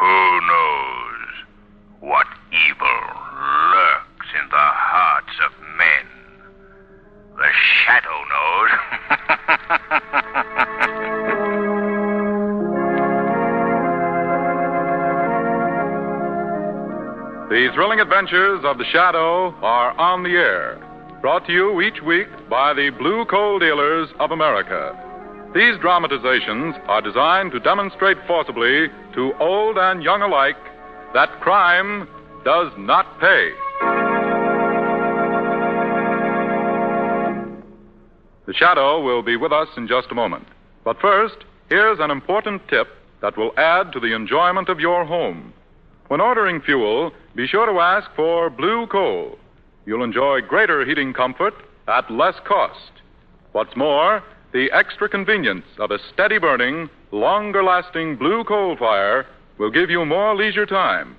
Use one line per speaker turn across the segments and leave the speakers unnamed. Who knows what evil lurks in the hearts of men? The shadow knows.
The thrilling adventures of the Shadow are on the air. Brought to you each week by the Blue Coal Dealers of America. These dramatizations are designed to demonstrate forcibly to old and young alike that crime does not pay. The Shadow will be with us in just a moment. But first, here's an important tip that will add to the enjoyment of your home. When ordering fuel, be sure to ask for blue coal. You'll enjoy greater heating comfort at less cost. What's more, the extra convenience of a steady burning, longer lasting blue coal fire will give you more leisure time,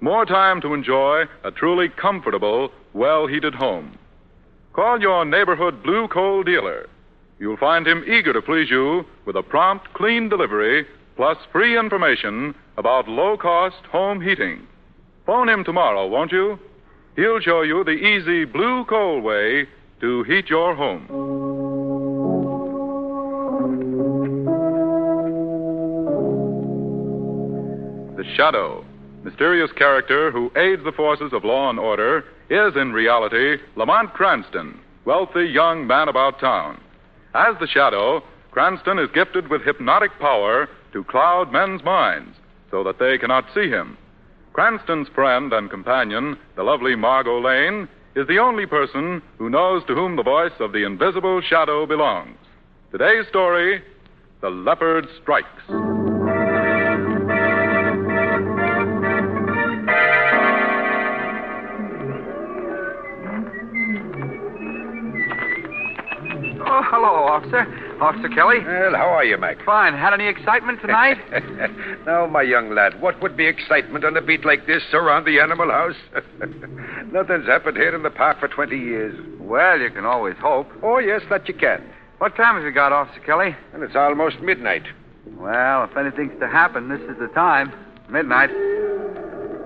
more time to enjoy a truly comfortable, well heated home. Call your neighborhood blue coal dealer. You'll find him eager to please you with a prompt, clean delivery plus free information about low cost home heating. Phone him tomorrow, won't you? He'll show you the easy blue coal way to heat your home. The Shadow, mysterious character who aids the forces of law and order, is in reality Lamont Cranston, wealthy young man about town. As the Shadow, Cranston is gifted with hypnotic power to cloud men's minds so that they cannot see him. Cranston's friend and companion, the lovely Margot Lane, is the only person who knows to whom the voice of the invisible shadow belongs. Today's story The Leopard Strikes.
Oh, hello, officer. Officer Kelly.
Well, how are you, Mac?
Fine. Had any excitement tonight?
now, my young lad, what would be excitement on a beat like this around the animal house? Nothing's happened here in the park for 20 years.
well, you can always hope.
Oh, yes, that you can.
What time have you got, Officer Kelly?
And it's almost midnight.
Well, if anything's to happen, this is the time. Midnight.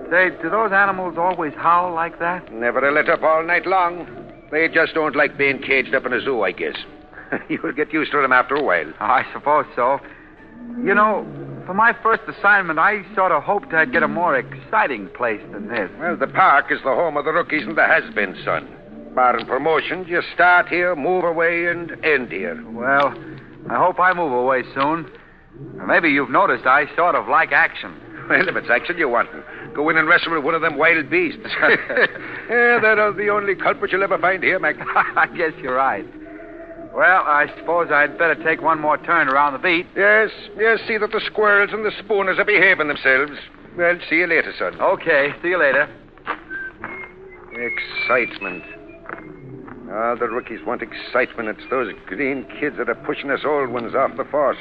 Say, do those animals always howl like that?
Never a let up all night long. They just don't like being caged up in a zoo, I guess. You'll get used to them after a while.
Oh, I suppose so. You know, for my first assignment, I sort of hoped I'd get a more exciting place than this.
Well, the park is the home of the rookies and the has-beens, son. Barring promotions, you start here, move away, and end here.
Well, I hope I move away soon. Maybe you've noticed I sort of like action.
Well, if it's action you want, go in and wrestle with one of them wild beasts. yeah, they're the only culprit you'll ever find here, Mac.
I guess you're right. Well, I suppose I'd better take one more turn around the beat.
yes, yes, see that the squirrels and the spooners are behaving themselves. Well, see you later, son.
Okay, see you later.
Excitement. Ah, the rookies want excitement. It's those green kids that are pushing us old ones off the force.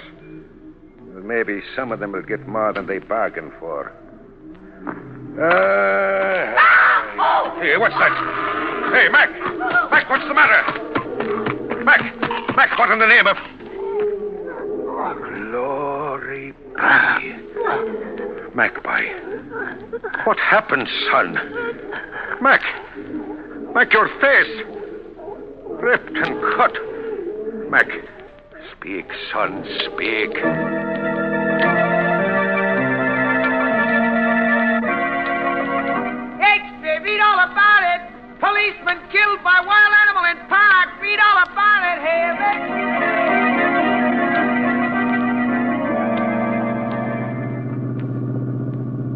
Well, maybe some of them will get more than they bargained for. Ah, Uh, hey, what's that? Hey, Mac! Mac, what's the matter? Mac! Mac, what in the name of. Glory be. Mac, boy. What happened, son? Mac! Mac, your face! Ripped and cut. Mac, speak, son, speak.
Shakespeare, read all about it. Policeman killed by wild animal in park. Read all about it, Haven.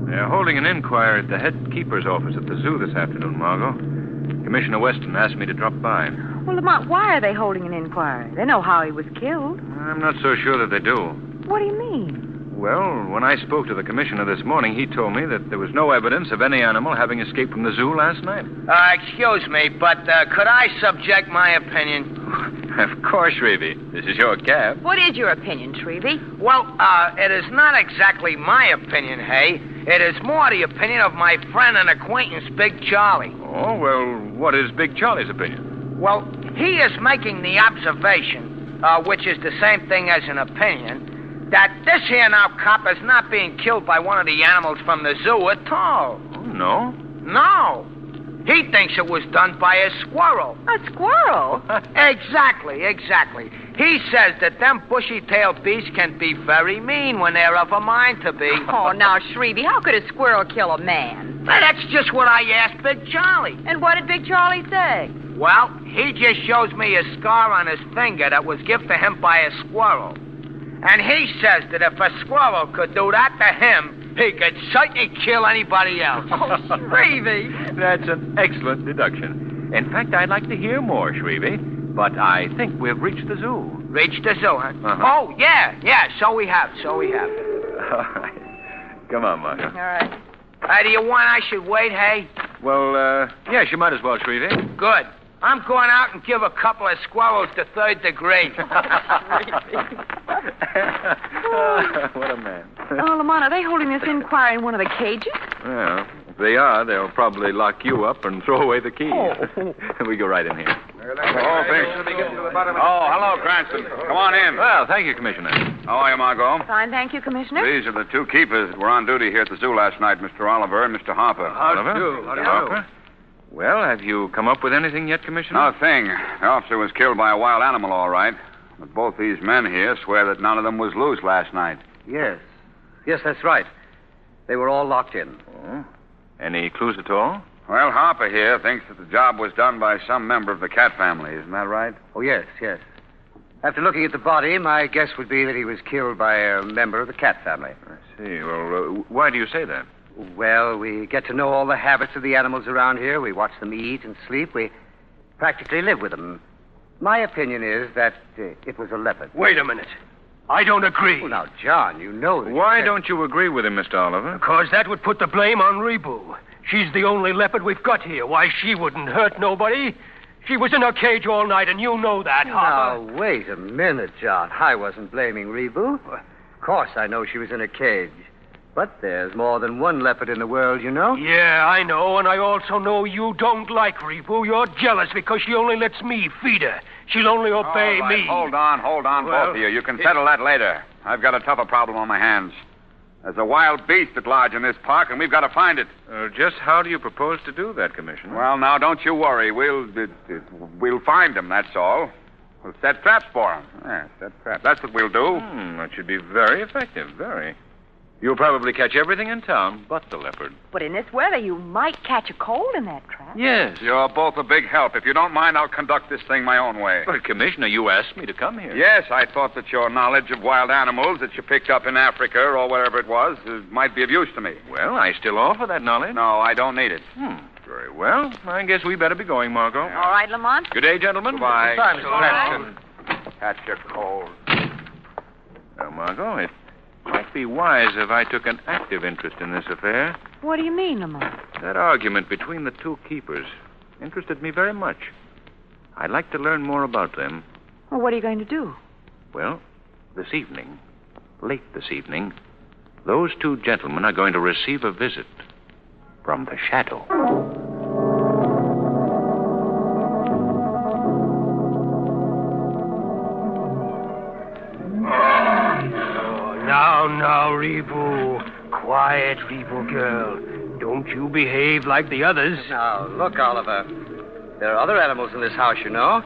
They're holding an inquiry at the head keeper's office at the zoo this afternoon, Margot. Commissioner Weston asked me to drop by.
Well, Lamont, why are they holding an inquiry? They know how he was killed.
I'm not so sure that they do.
What do you mean?
Well, when I spoke to the commissioner this morning, he told me that there was no evidence of any animal having escaped from the zoo last night.
Uh, excuse me, but uh, could I subject my opinion?
of course, Reavy. This is your cab.
What is your opinion, Trevy?
Well, uh, it is not exactly my opinion, Hay. It is more the opinion of my friend and acquaintance, Big Charlie.
Oh, well, what is Big Charlie's opinion?
Well, he is making the observation, uh, which is the same thing as an opinion, that this here now cop is not being killed by one of the animals from the zoo at all.
Oh, no.
No. He thinks it was done by a squirrel.
A squirrel?
Exactly, exactly. He says that them bushy-tailed beasts can be very mean when they're of a mind to be.
Oh, now, Shrevey, how could a squirrel kill a man?
Well, that's just what I asked Big Charlie.
And what did Big Charlie say?
Well, he just shows me a scar on his finger that was given to him by a squirrel. And he says that if a squirrel could do that to him, he could certainly kill anybody else.
Oh, Shrevey.
That's an excellent deduction. In fact, I'd like to hear more, Shrevey, but I think we've reached the zoo.
Reached the zoo, huh?
Uh-huh.
Oh, yeah, yeah, so we have, so we have.
All right. Come on, Margo.
All right.
Hey, do you want I should wait, hey?
Well, uh, yes, you might as well, Shrevey.
Good. I'm going out and give a couple of squirrels the third degree.
what a man.
Oh, Lamont, are they holding this inquiry in one of the cages?
Well, if they are, they'll probably lock you up and throw away the key. we go right in here.
Oh,
Oh, hello, Cranston. Come on in.
Well, thank you, Commissioner.
How are you, Margot?
Fine, thank you, Commissioner.
These are the two keepers that were on duty here at the zoo last night, Mr. Oliver and Mr. Harper.
Oliver? Harper? Well, have you come up with anything yet, Commissioner?
No thing. The officer was killed by a wild animal, all right. But both these men here swear that none of them was loose last night.
Yes. Yes, that's right. They were all locked in.
Oh. Any clues at all?
Well, Harper here thinks that the job was done by some member of the cat family. Isn't that right?
Oh, yes, yes. After looking at the body, my guess would be that he was killed by a member of the cat family.
I see. Well, uh, why do you say that?
Well, we get to know all the habits of the animals around here. We watch them eat and sleep. We practically live with them. My opinion is that uh, it was a leopard.
Wait a minute. I don't agree.
Oh, now, John, you know that.
Why don't you agree with him, Mr. Oliver?
Because that would put the blame on Rebu. She's the only leopard we've got here. Why, she wouldn't hurt nobody. She was in her cage all night, and you know that, Harper.
Now, wait a minute, John. I wasn't blaming Rebu. Of course, I know she was in a cage. But there's more than one leopard in the world, you know.
Yeah, I know, and I also know you don't like Rebu. You're jealous because she only lets me feed her. She'll only obey
All right,
me.
Hold on, hold on,
Well,
both of you. You can settle that later. I've got a tougher problem on my hands. There's a wild beast at large in this park, and we've got to find it.
Uh, just how do you propose to do that, Commissioner?
Well, now, don't you worry. We'll uh, uh, we'll find him. That's all. We'll set traps for him. Yeah, set traps. That's what we'll do.
Hmm, that should be very effective, very. You'll probably catch everything in town but the leopard.
But in this weather, you might catch a cold in that trap.
Yes.
You're both a big help. If you don't mind, I'll conduct this thing my own way.
But, Commissioner, you asked me to come here.
Yes, I thought that your knowledge of wild animals that you picked up in Africa or wherever it was uh, might be of use to me.
Well, I still offer that knowledge.
No, I don't need it.
Hmm. Very well. I guess we better be going, Margot.
All right, Lamont.
Good day, gentlemen.
Goodbye.
Time,
Cranston.
Catch a cold.
Well, Margot, it might be wise if I took an active interest in this affair.
What do you mean, Lamont?
That argument between the two keepers interested me very much. I'd like to learn more about them.
Well, what are you going to do?
Well, this evening, late this evening, those two gentlemen are going to receive a visit from the shadow.
Oh, now, now, Rebu. Quiet, Rebu girl. Don't you behave like the others.
Now, look, Oliver. There are other animals in this house, you know.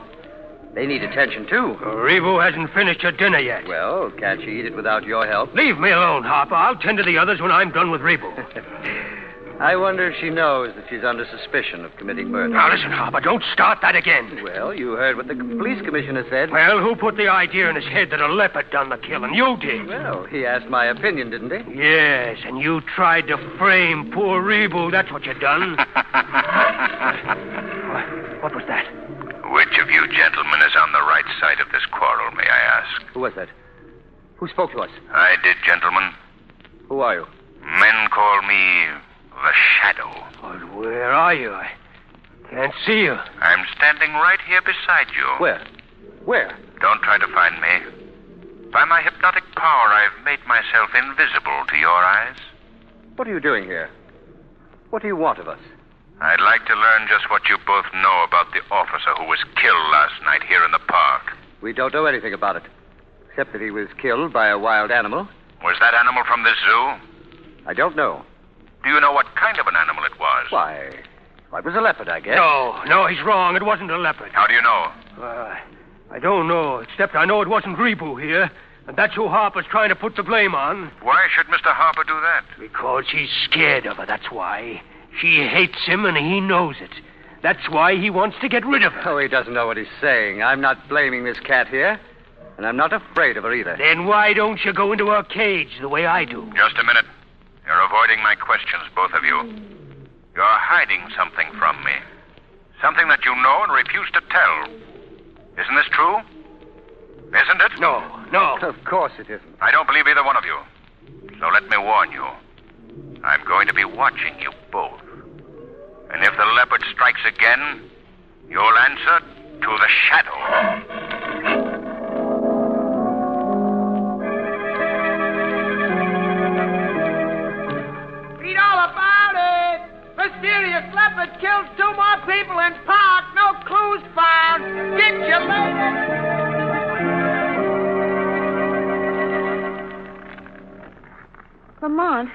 They need attention, too.
Rebu hasn't finished her dinner yet.
Well, can't she eat it without your help?
Leave me alone, Harper. I'll tend to the others when I'm done with Rebu.
I wonder if she knows that she's under suspicion of committing murder.
Now, listen, Harper, don't start that again.
Well, you heard what the police commissioner said.
Well, who put the idea in his head that a leopard done the killing? You did.
Well, he asked my opinion, didn't he?
Yes, and you tried to frame poor Rebu. That's what you done. what was that?
Which of you gentlemen is on the right side of this quarrel, may I ask?
Who was that? Who spoke to us?
I did, gentlemen.
Who are you?
Men call me the Shadow.
But where are you? I can't see you.
I'm standing right here beside you.
Where? Where?
Don't try to find me. By my hypnotic power, I've made myself invisible to your eyes.
What are you doing here? What do you want of us?
I'd like to learn just what you both know about the officer who was killed last night here in the park.
We don't know anything about it, except that he was killed by a wild animal.
Was that animal from the zoo?
I don't know.
Do you know what kind of an animal it was?
Why? Why, it was a leopard, I guess.
No, no, he's wrong. It wasn't a leopard.
How do you know?
Uh, I don't know, except I know it wasn't Rebu here, and that's who Harper's trying to put the blame on.
Why should Mr. Harper do that?
Because he's scared of her, that's why. She hates him, and he knows it. That's why he wants to get rid of her.
Oh, he doesn't know what he's saying. I'm not blaming this cat here, and I'm not afraid of her either.
Then why don't you go into her cage the way I do?
Just a minute. You're avoiding my questions, both of you. You're hiding something from me. Something that you know and refuse to tell. Isn't this true? Isn't it?
No, no.
Of course it isn't.
I don't believe either one of you. So let me warn you. I'm going to be watching you both. And if the leopard strikes again, you'll answer to the shadow.
Read all about it. Mysterious leopard kills two more people in park. No clues found. Get you later.
Lamont,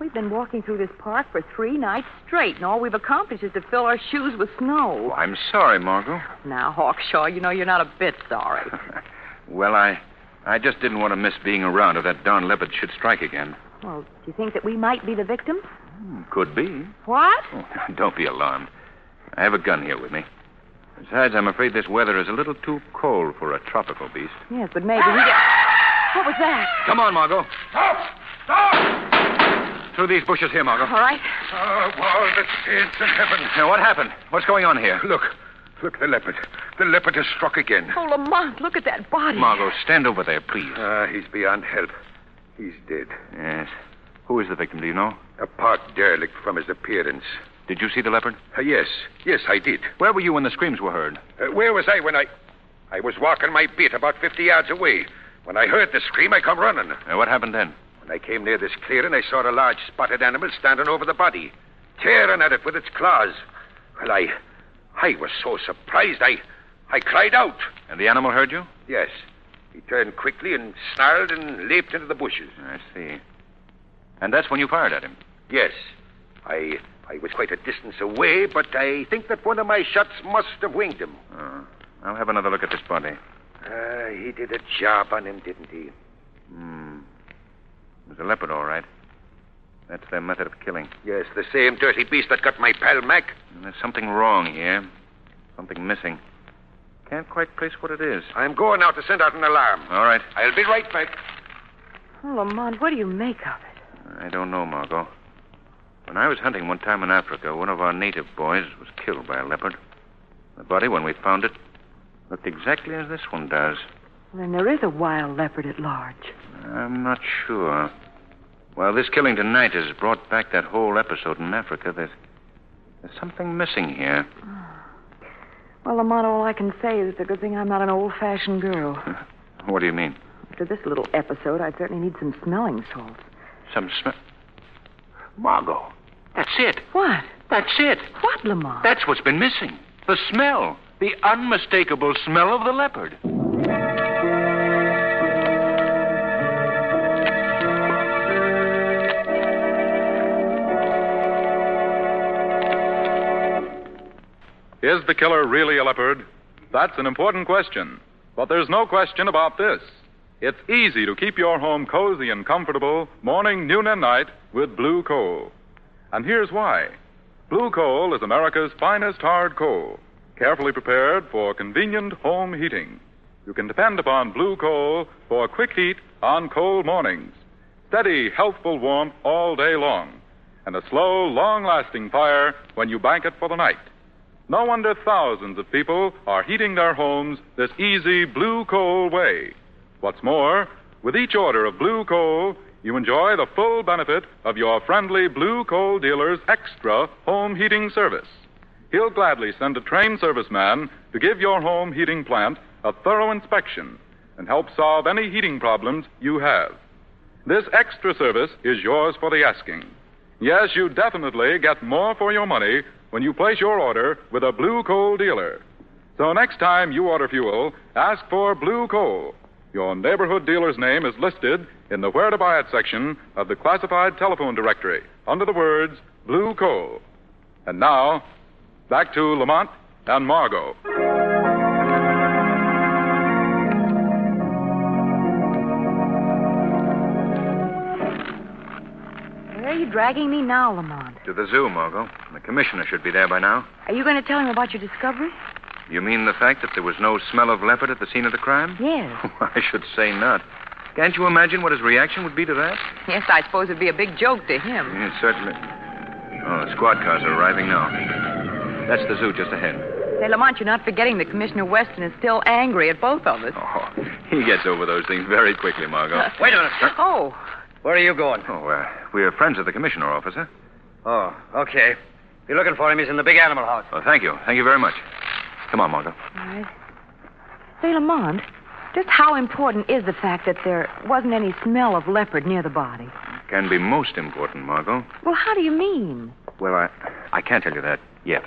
we've been walking through this park for three nights straight, and all we've accomplished is to fill our shoes with snow.
I'm sorry, Margot.
Now, Hawkshaw, you know you're not a bit sorry.
Well, I. I just didn't want to miss being around if that darn leopard should strike again.
Well, do you think that we might be the victims?
Hmm, Could be.
What?
Oh, don't be alarmed. I have a gun here with me. Besides, I'm afraid this weather is a little too cold for a tropical beast.
Yes, but maybe he. Got... What was that?
Come on, Margot. Stop! Stop! Through these bushes here, Margot.
All right.
Oh, all the saints in heaven.
Now, what happened? What's going on here?
Look. Look, the leopard. The leopard has struck again.
Oh, Lamont, look at that body.
Margot, stand over there, please.
Ah, he's beyond help. He's dead.
Yes. Who is the victim, do you know?
A park derelict from his appearance.
Did you see the leopard?
Ah, yes, yes, I did.
Where were you when the screams were heard?
Uh, where was I when I. I was walking my beat about 50 yards away. When I heard the scream, I come running.
Uh, what happened then?
When I came near this clearing, I saw a large spotted animal standing over the body, tearing at it with its claws. Well, I. I was so surprised, I. I cried out.
And the animal heard you?
Yes. He turned quickly and snarled and leaped into the bushes.
I see. And that's when you fired at him?
Yes. I. I was quite a distance away, but I think that one of my shots must have winged him.
Uh, I'll have another look at this body.
Ah, he did a job on him, didn't he?
Hmm. It was a leopard, all right. That's their method of killing.
Yes, the same dirty beast that got my pal Mac.
And there's something wrong here. Something missing. Can't quite place what it is.
I'm going now to send out an alarm.
All right.
I'll be right back.
Oh, Lamont, what do you make of it?
I don't know, Margot. When I was hunting one time in Africa, one of our native boys was killed by a leopard. The body, when we found it, looked exactly as this one does.
Then there is a wild leopard at large.
I'm not sure. Well, this killing tonight has brought back that whole episode in Africa. There's, there's something missing here.
Well, Lamont, all I can say is it's a good thing I'm not an old fashioned girl.
What do you mean?
After this little episode, I'd certainly need some smelling salts.
Some smell. Margot. That's it.
What?
That's it.
What, Lamont?
That's what's been missing. The smell. The unmistakable smell of the leopard.
Is the killer really a leopard? That's an important question. But there's no question about this. It's easy to keep your home cozy and comfortable morning, noon, and night with blue coal. And here's why blue coal is America's finest hard coal, carefully prepared for convenient home heating. You can depend upon blue coal for quick heat on cold mornings, steady, healthful warmth all day long, and a slow, long lasting fire when you bank it for the night. No wonder thousands of people are heating their homes this easy blue coal way. What's more, With each order of blue coal, you enjoy the full benefit of your friendly blue coal dealer's extra home heating service. He'll gladly send a trained serviceman to give your home heating plant a thorough inspection and help solve any heating problems you have. This extra service is yours for the asking. Yes, you definitely get more for your money when you place your order with a blue coal dealer. So next time you order fuel, ask for blue coal. Your neighborhood dealer's name is listed in the Where to Buy It section of the classified telephone directory under the words Blue Coal. And now, back to Lamont and Margot.
Where are you dragging me now, Lamont?
To the zoo, Margot. The commissioner should be there by now.
Are you going to tell him about your discovery?
You mean the fact that there was no smell of leopard at the scene of the crime?
Yes.
I should say not. Can't you imagine what his reaction would be to that?
Yes, I suppose it'd be a big joke to him.
Yeah, certainly. Oh, the squad cars are arriving now. That's the zoo just ahead.
Say, Lamont, you're not forgetting that Commissioner Weston is still angry at both of us.
Oh, he gets over those things very quickly, Margot.
Wait a minute. sir.
Oh,
Where are you going?
Oh, uh, we're friends of the commissioner, officer.
Oh, okay. If you're looking for him, he's in the big animal house.
Well, thank you. Thank you very much. Come on, Margot.
all right. Say, Lamont, just how important is the fact that there wasn't any smell of leopard near the body?
Can be most important, Margot.
Well, how do you mean?
Well, I, I can't tell you that yet.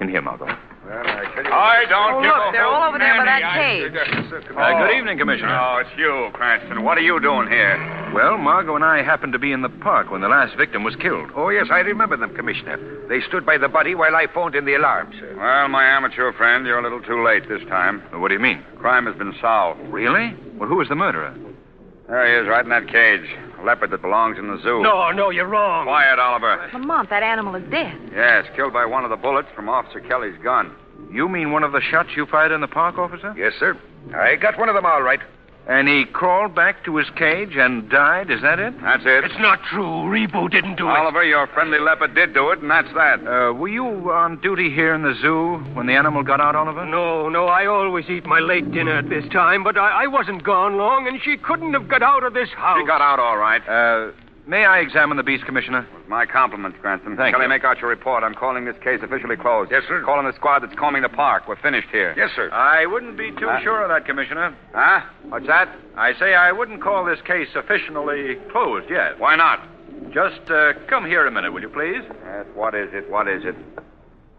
In here, Margot.
Well, I tell you.
I don't
Oh,
give
look,
a
they're all
hoot,
over there by
Manny.
that
I-
Uh, good evening, Commissioner.
Oh, it's you, Cranston. What are you doing here?
Well, Margot and I happened to be in the park when the last victim was killed.
Oh, yes, I remember them, Commissioner. They stood by the body while I phoned in the alarm, sir.
Well, my amateur friend, you're a little too late this time.
What do you mean?
Crime has been solved.
Really? Well, who was the murderer?
There he is, right in that cage. A leopard that belongs in the zoo.
No, no, you're wrong.
Quiet, Oliver.
Lamont, that animal is dead.
Yes, killed by one of the bullets from Officer Kelly's gun.
You mean one of the shots you fired in the park, officer?
Yes, sir. I got one of them all right.
And he crawled back to his cage and died, is that it?
That's it.
It's not true. Rebo didn't do it.
Oliver, your friendly leopard did do it, and that's that.
Uh, were you on duty here in the zoo when the animal got out, Oliver?
No, no, I always eat my late dinner at this time, but I, I wasn't gone long, and she couldn't have got out of this house.
He got out all right.
Uh, may I examine the beast, Commissioner?
My compliments, Cranston.
Thank
Kelly,
you.
make out your report. I'm calling this case officially closed.
Yes, sir.
Call in the squad that's combing the park. We're finished here.
Yes, sir.
I wouldn't be too
Uh,
sure of that, Commissioner.
Huh? What's that?
I say I wouldn't call this case officially closed yet.
Why not?
Just uh, come here a minute, will you please?
Yes, what is it? What is it?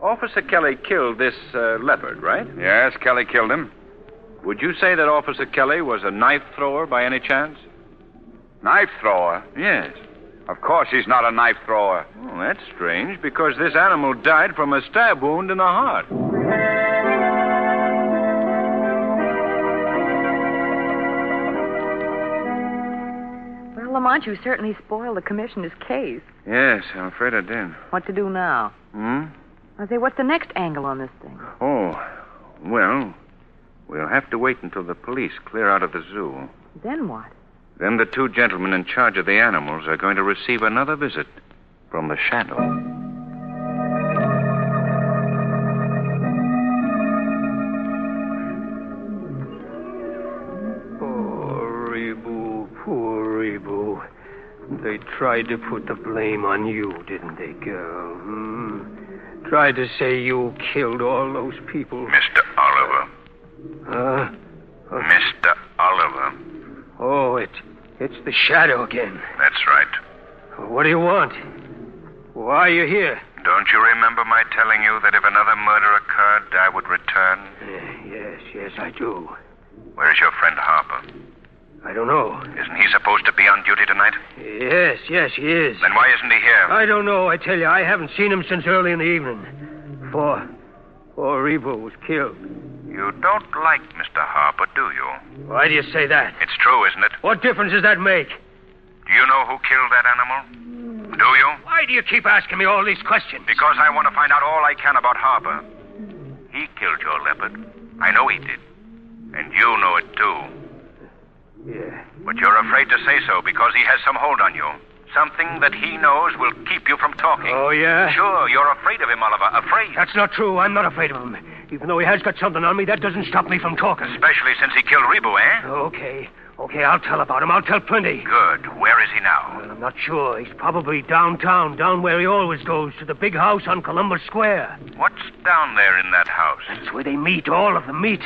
Officer Kelly killed this uh, leopard, right?
Yes, Kelly killed him.
Would you say that Officer Kelly was a knife thrower by any chance?
Knife thrower?
Yes.
Of course he's not a knife thrower.
Well, that's strange because this animal died from a stab wound in the heart.
Well, Lamont, you certainly spoiled the commissioner's case.
Yes, I'm afraid I did.
What to do now?
Hmm?
I say, what's the next angle on this thing?
Oh, well, we'll have to wait until the police clear out of the zoo.
Then what?
Then the two gentlemen in charge of the animals are going to receive another visit from the shadow.
Poor Rebu, poor Rebu. They tried to put the blame on you, didn't they, girl? Hmm? Tried to say you killed all those people.
Mr. Oliver.
Huh?
Mr. Uh, Oliver.
Oh, it, it's the shadow again.
That's right.
What do you want? Why are you here?
Don't you remember my telling you that if another murder occurred, I would return?
Eh, yes, yes, I do.
Where's your friend Harper?
I don't know.
Isn't he supposed to be on duty tonight?
Yes, yes, he is.
Then why isn't he here?
I don't know, I tell you. I haven't seen him since early in the evening. Four. Four Revo was killed.
You don't like Mr. Harper, do you?
Why do you say that?
It's true, isn't it?
What difference does that make?
Do you know who killed that animal? Do you?
Why do you keep asking me all these questions?
Because I want to find out all I can about Harper. He killed your leopard. I know he did. And you know it, too.
Yeah.
But you're afraid to say so because he has some hold on you. Something that he knows will keep you from talking.
Oh, yeah?
Sure, you're afraid of him, Oliver. Afraid.
That's not true. I'm not afraid of him. Even though he has got something on me, that doesn't stop me from talking.
Especially since he killed Rebu, eh?
Okay. Okay, I'll tell about him. I'll tell plenty.
Good. Where is he now?
Well, I'm not sure. He's probably downtown, down where he always goes, to the big house on Columbus Square.
What's down there in that house?
That's where they meet, all of them meet.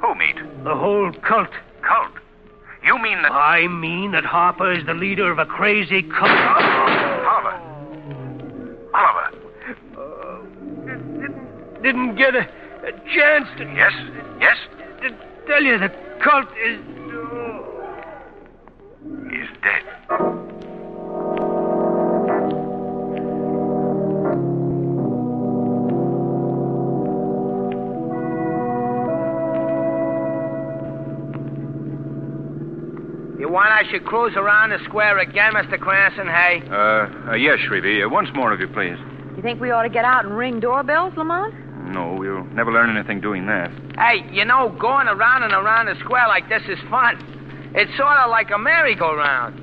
Who meet?
The whole cult.
Cult. You mean that.
I mean that Harper is the leader of a crazy cult.
Oliver. Oliver.
Didn't get a, a chance to,
Yes? Yes?
to tell you the cult is.
He's dead.
You want I should cruise around the square again, Mr. Cranston, hey?
Uh, uh yes, Shrevey. Uh, once more of you, please.
You think we ought to get out and ring doorbells, Lamont?
No, we'll never learn anything doing that.
Hey, you know, going around and around the square like this is fun. It's sort of like a merry-go-round.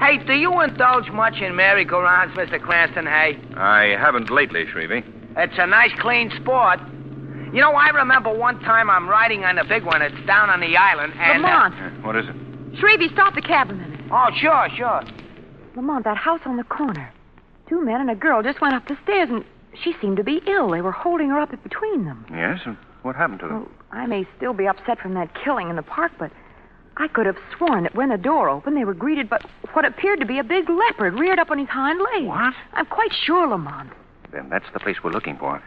Hey, do you indulge much in merry-go-rounds, Mr. Cranston, hey?
I haven't lately, Shrevey.
It's a nice, clean sport. You know, I remember one time I'm riding on the big one. It's down on the island, and... uh,
Lamont,
Uh, what is it?
Shrevey, stop the cab a minute.
oh, sure, sure.
Lamont, that house on the corner. Two men and a girl just went up the stairs, and she seemed to be ill. They were holding her up between them.
Yes? and What happened to them?
Well, I may still be upset from that killing in the park, but I could have sworn that when the door opened, they were greeted by what appeared to be a big leopard reared up on his hind legs.
What?
I'm quite sure, Lamont.
Then that's the place we're looking for.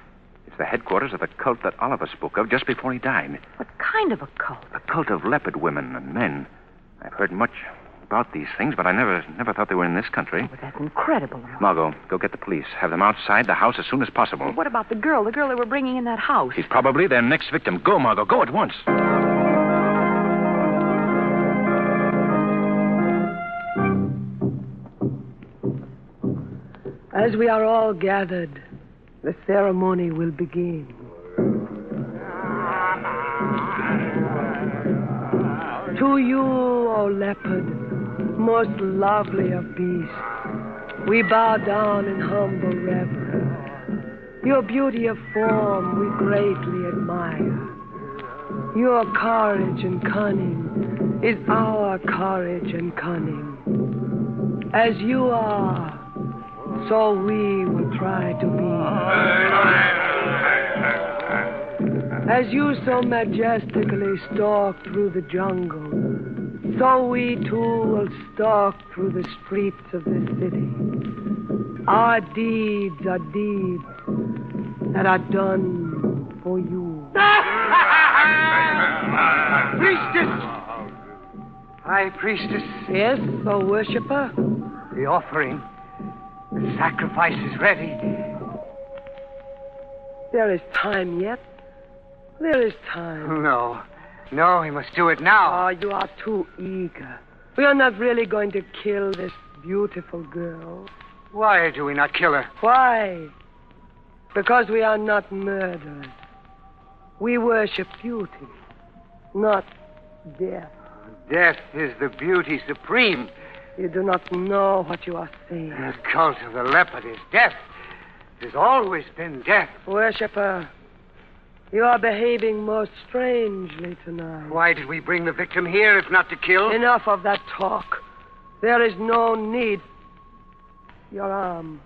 It's the headquarters of the cult that Oliver spoke of just before he died.
What kind of a cult?
A cult of leopard women and men. I've heard much about these things, but I never never thought they were in this country.
Well, that's incredible, Lamont.
Margot, go get the police. Have them outside the house as soon as possible.
What about the girl, the girl they were bringing in that house?
He's probably their next victim. Go, Margot. Go at once.
As we are all gathered, the ceremony will begin. To you, O leopard, most lovely of beasts, we bow down in humble reverence. Your beauty of form we greatly admire. Your courage and cunning is our courage and cunning. As you are, so we will try to be. As you so majestically stalk through the jungle, so we too will stalk through the streets of this city. Our deeds are deeds that are done for you.
Priestess! High priestess,
Yes, O worshiper?
the offering. The sacrifice is ready.
There is time yet. There is time.
No. No, we must do it now.
Ah, you are too eager. We are not really going to kill this beautiful girl.
Why do we not kill her?
Why? Because we are not murderers. We worship beauty, not death.
Death is the beauty supreme.
You do not know what you are saying.
The cult of the leopard is death. It has always been death.
Worshipper, you are behaving most strangely tonight.
Why did we bring the victim here if not to kill?
Enough of that talk. There is no need. Your arm.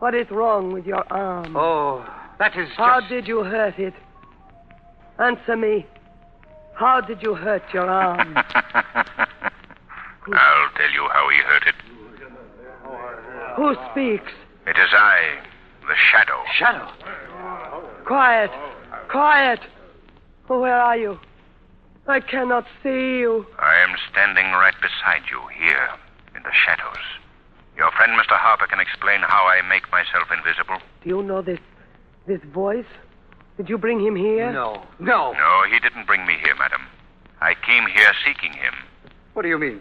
What is wrong with your arm?
Oh, that is
How
just...
did you hurt it? Answer me. How did you hurt your arm?
I'll tell you how he hurt it.
Who speaks?
It is I, the Shadow.
Shadow.
Quiet. Quiet. Oh, where are you? I cannot see you.
I am standing right beside you here in the shadows. Your friend Mr. Harper can explain how I make myself invisible.
Do you know this this voice? Did you bring him here?
No. No.
No, he didn't bring me here, madam. I came here seeking him.
What do you mean?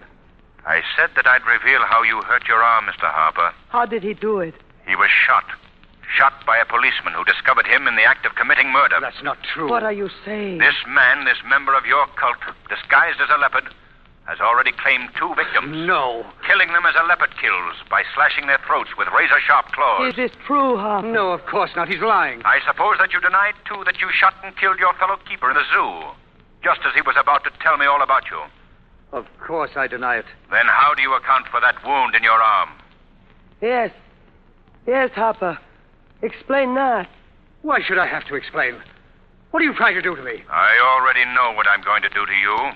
I said that I'd reveal how you hurt your arm, Mr. Harper.
How did he do it?
He was shot. Shot by a policeman who discovered him in the act of committing murder.
That's not true.
What are you saying?
This man, this member of your cult, disguised as a leopard, has already claimed two victims.
No.
Killing them as a leopard kills by slashing their throats with razor sharp claws.
Is this true, Harper?
No, of course not. He's lying.
I suppose that you denied, too, that you shot and killed your fellow keeper in the zoo, just as he was about to tell me all about you.
Of course I deny it.
Then how do you account for that wound in your arm?
Yes. Yes, Hopper. Explain that.
Why should I have to explain? What are you trying to do to me?
I already know what I'm going to do to you.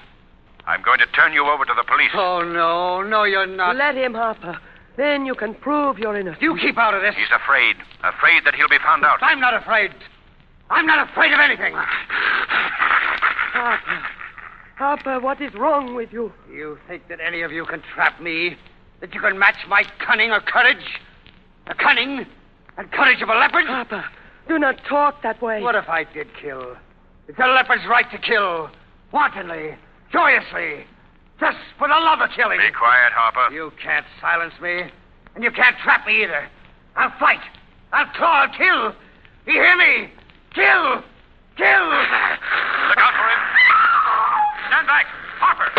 I'm going to turn you over to the police.
Oh, no, no, you're not.
Let him, Hopper. Then you can prove you're innocent.
You keep out of this.
He's afraid. Afraid that he'll be found out.
I'm not afraid. I'm not afraid of anything.
Hopper. Hopper, what is wrong with you?
You think that any of you can trap me? That you can match my cunning or courage? The cunning and courage of a leopard?
Hopper, do not talk that way.
What if I did kill? It's a leopard's right to kill. Wantonly, joyously, just for the love of killing.
Be quiet, Harper.
You can't silence me, and you can't trap me either. I'll fight. I'll claw. I'll kill. You hear me? Kill! Kill!
Look out for him. Stand back. Harper!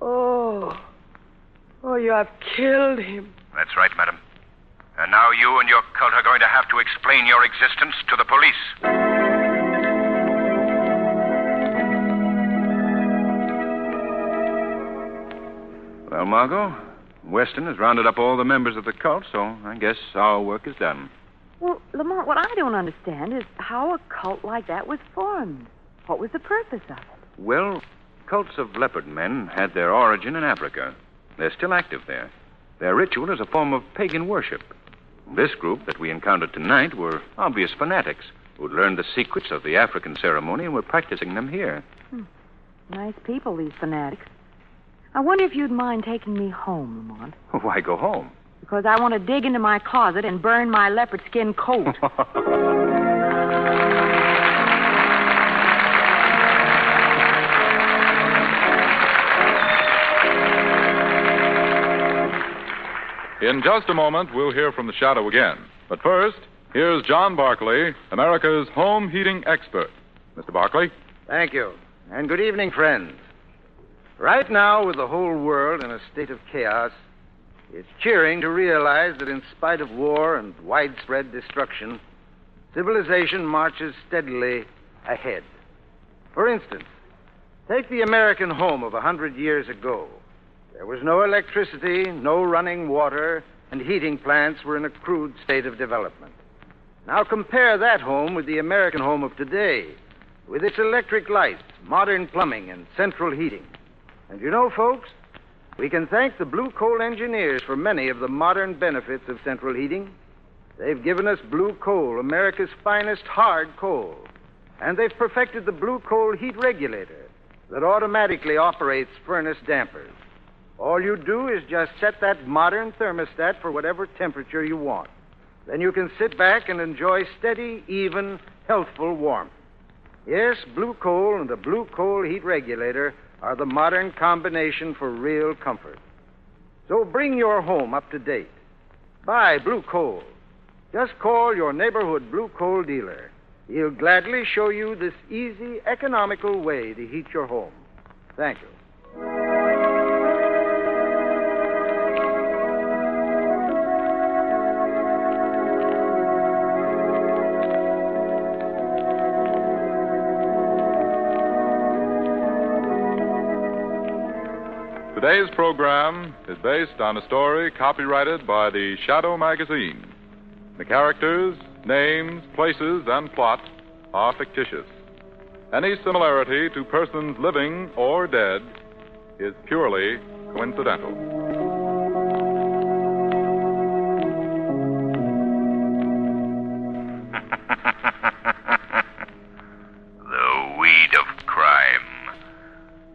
Oh. Oh, you have killed him.
That's right, madam. And now you and your cult are going to have to explain your existence to the police.
Well, Margot, Weston has rounded up all the members of the cult, so I guess our work is done.
Well, Lamont, what I don't understand is how a cult like that was formed. What was the purpose of it?
Well, cults of leopard men had their origin in Africa. They're still active there. Their ritual is a form of pagan worship. This group that we encountered tonight were obvious fanatics who'd learned the secrets of the African ceremony and were practicing them here.
Nice people, these fanatics. I wonder if you'd mind taking me home, Lamont,
Why go home?
because I want to dig into my closet and burn my leopard skin coat.
In just a moment, we'll hear from the shadow again. But first, here's John Barclay, America's home heating expert. Mr. Barclay?
Thank you. And good evening, friends. Right now, with the whole world in a state of chaos, it's cheering to realize that in spite of war and widespread destruction, civilization marches steadily ahead. For instance, take the American home of a hundred years ago. There was no electricity, no running water, and heating plants were in a crude state of development. Now compare that home with the American home of today, with its electric lights, modern plumbing, and central heating. And you know, folks, we can thank the blue coal engineers for many of the modern benefits of central heating. They've given us blue coal, America's finest hard coal. And they've perfected the blue coal heat regulator that automatically operates furnace dampers. All you do is just set that modern thermostat for whatever temperature you want. Then you can sit back and enjoy steady, even, healthful warmth. Yes, blue coal and a blue coal heat regulator are the modern combination for real comfort. So bring your home up to date. Buy blue coal. Just call your neighborhood blue coal dealer. He'll gladly show you this easy, economical way to heat your home. Thank you.
Today's program is based on a story copyrighted by the Shadow Magazine. The characters, names, places, and plot are fictitious. Any similarity to persons living or dead is purely coincidental.
the weed of crime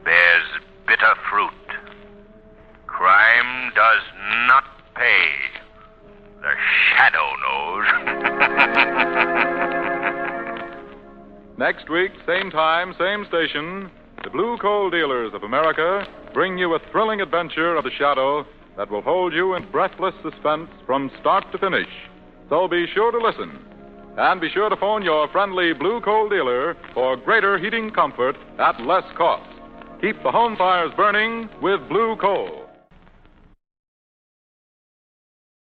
bears bitter fruit. Crime does not pay. The shadow knows.
Next week, same time, same station, the Blue Coal Dealers of America bring you a thrilling adventure of the shadow that will hold you in breathless suspense from start to finish. So be sure to listen. And be sure to phone your friendly Blue Coal dealer for greater heating comfort at less cost. Keep the home fires burning with Blue Coal.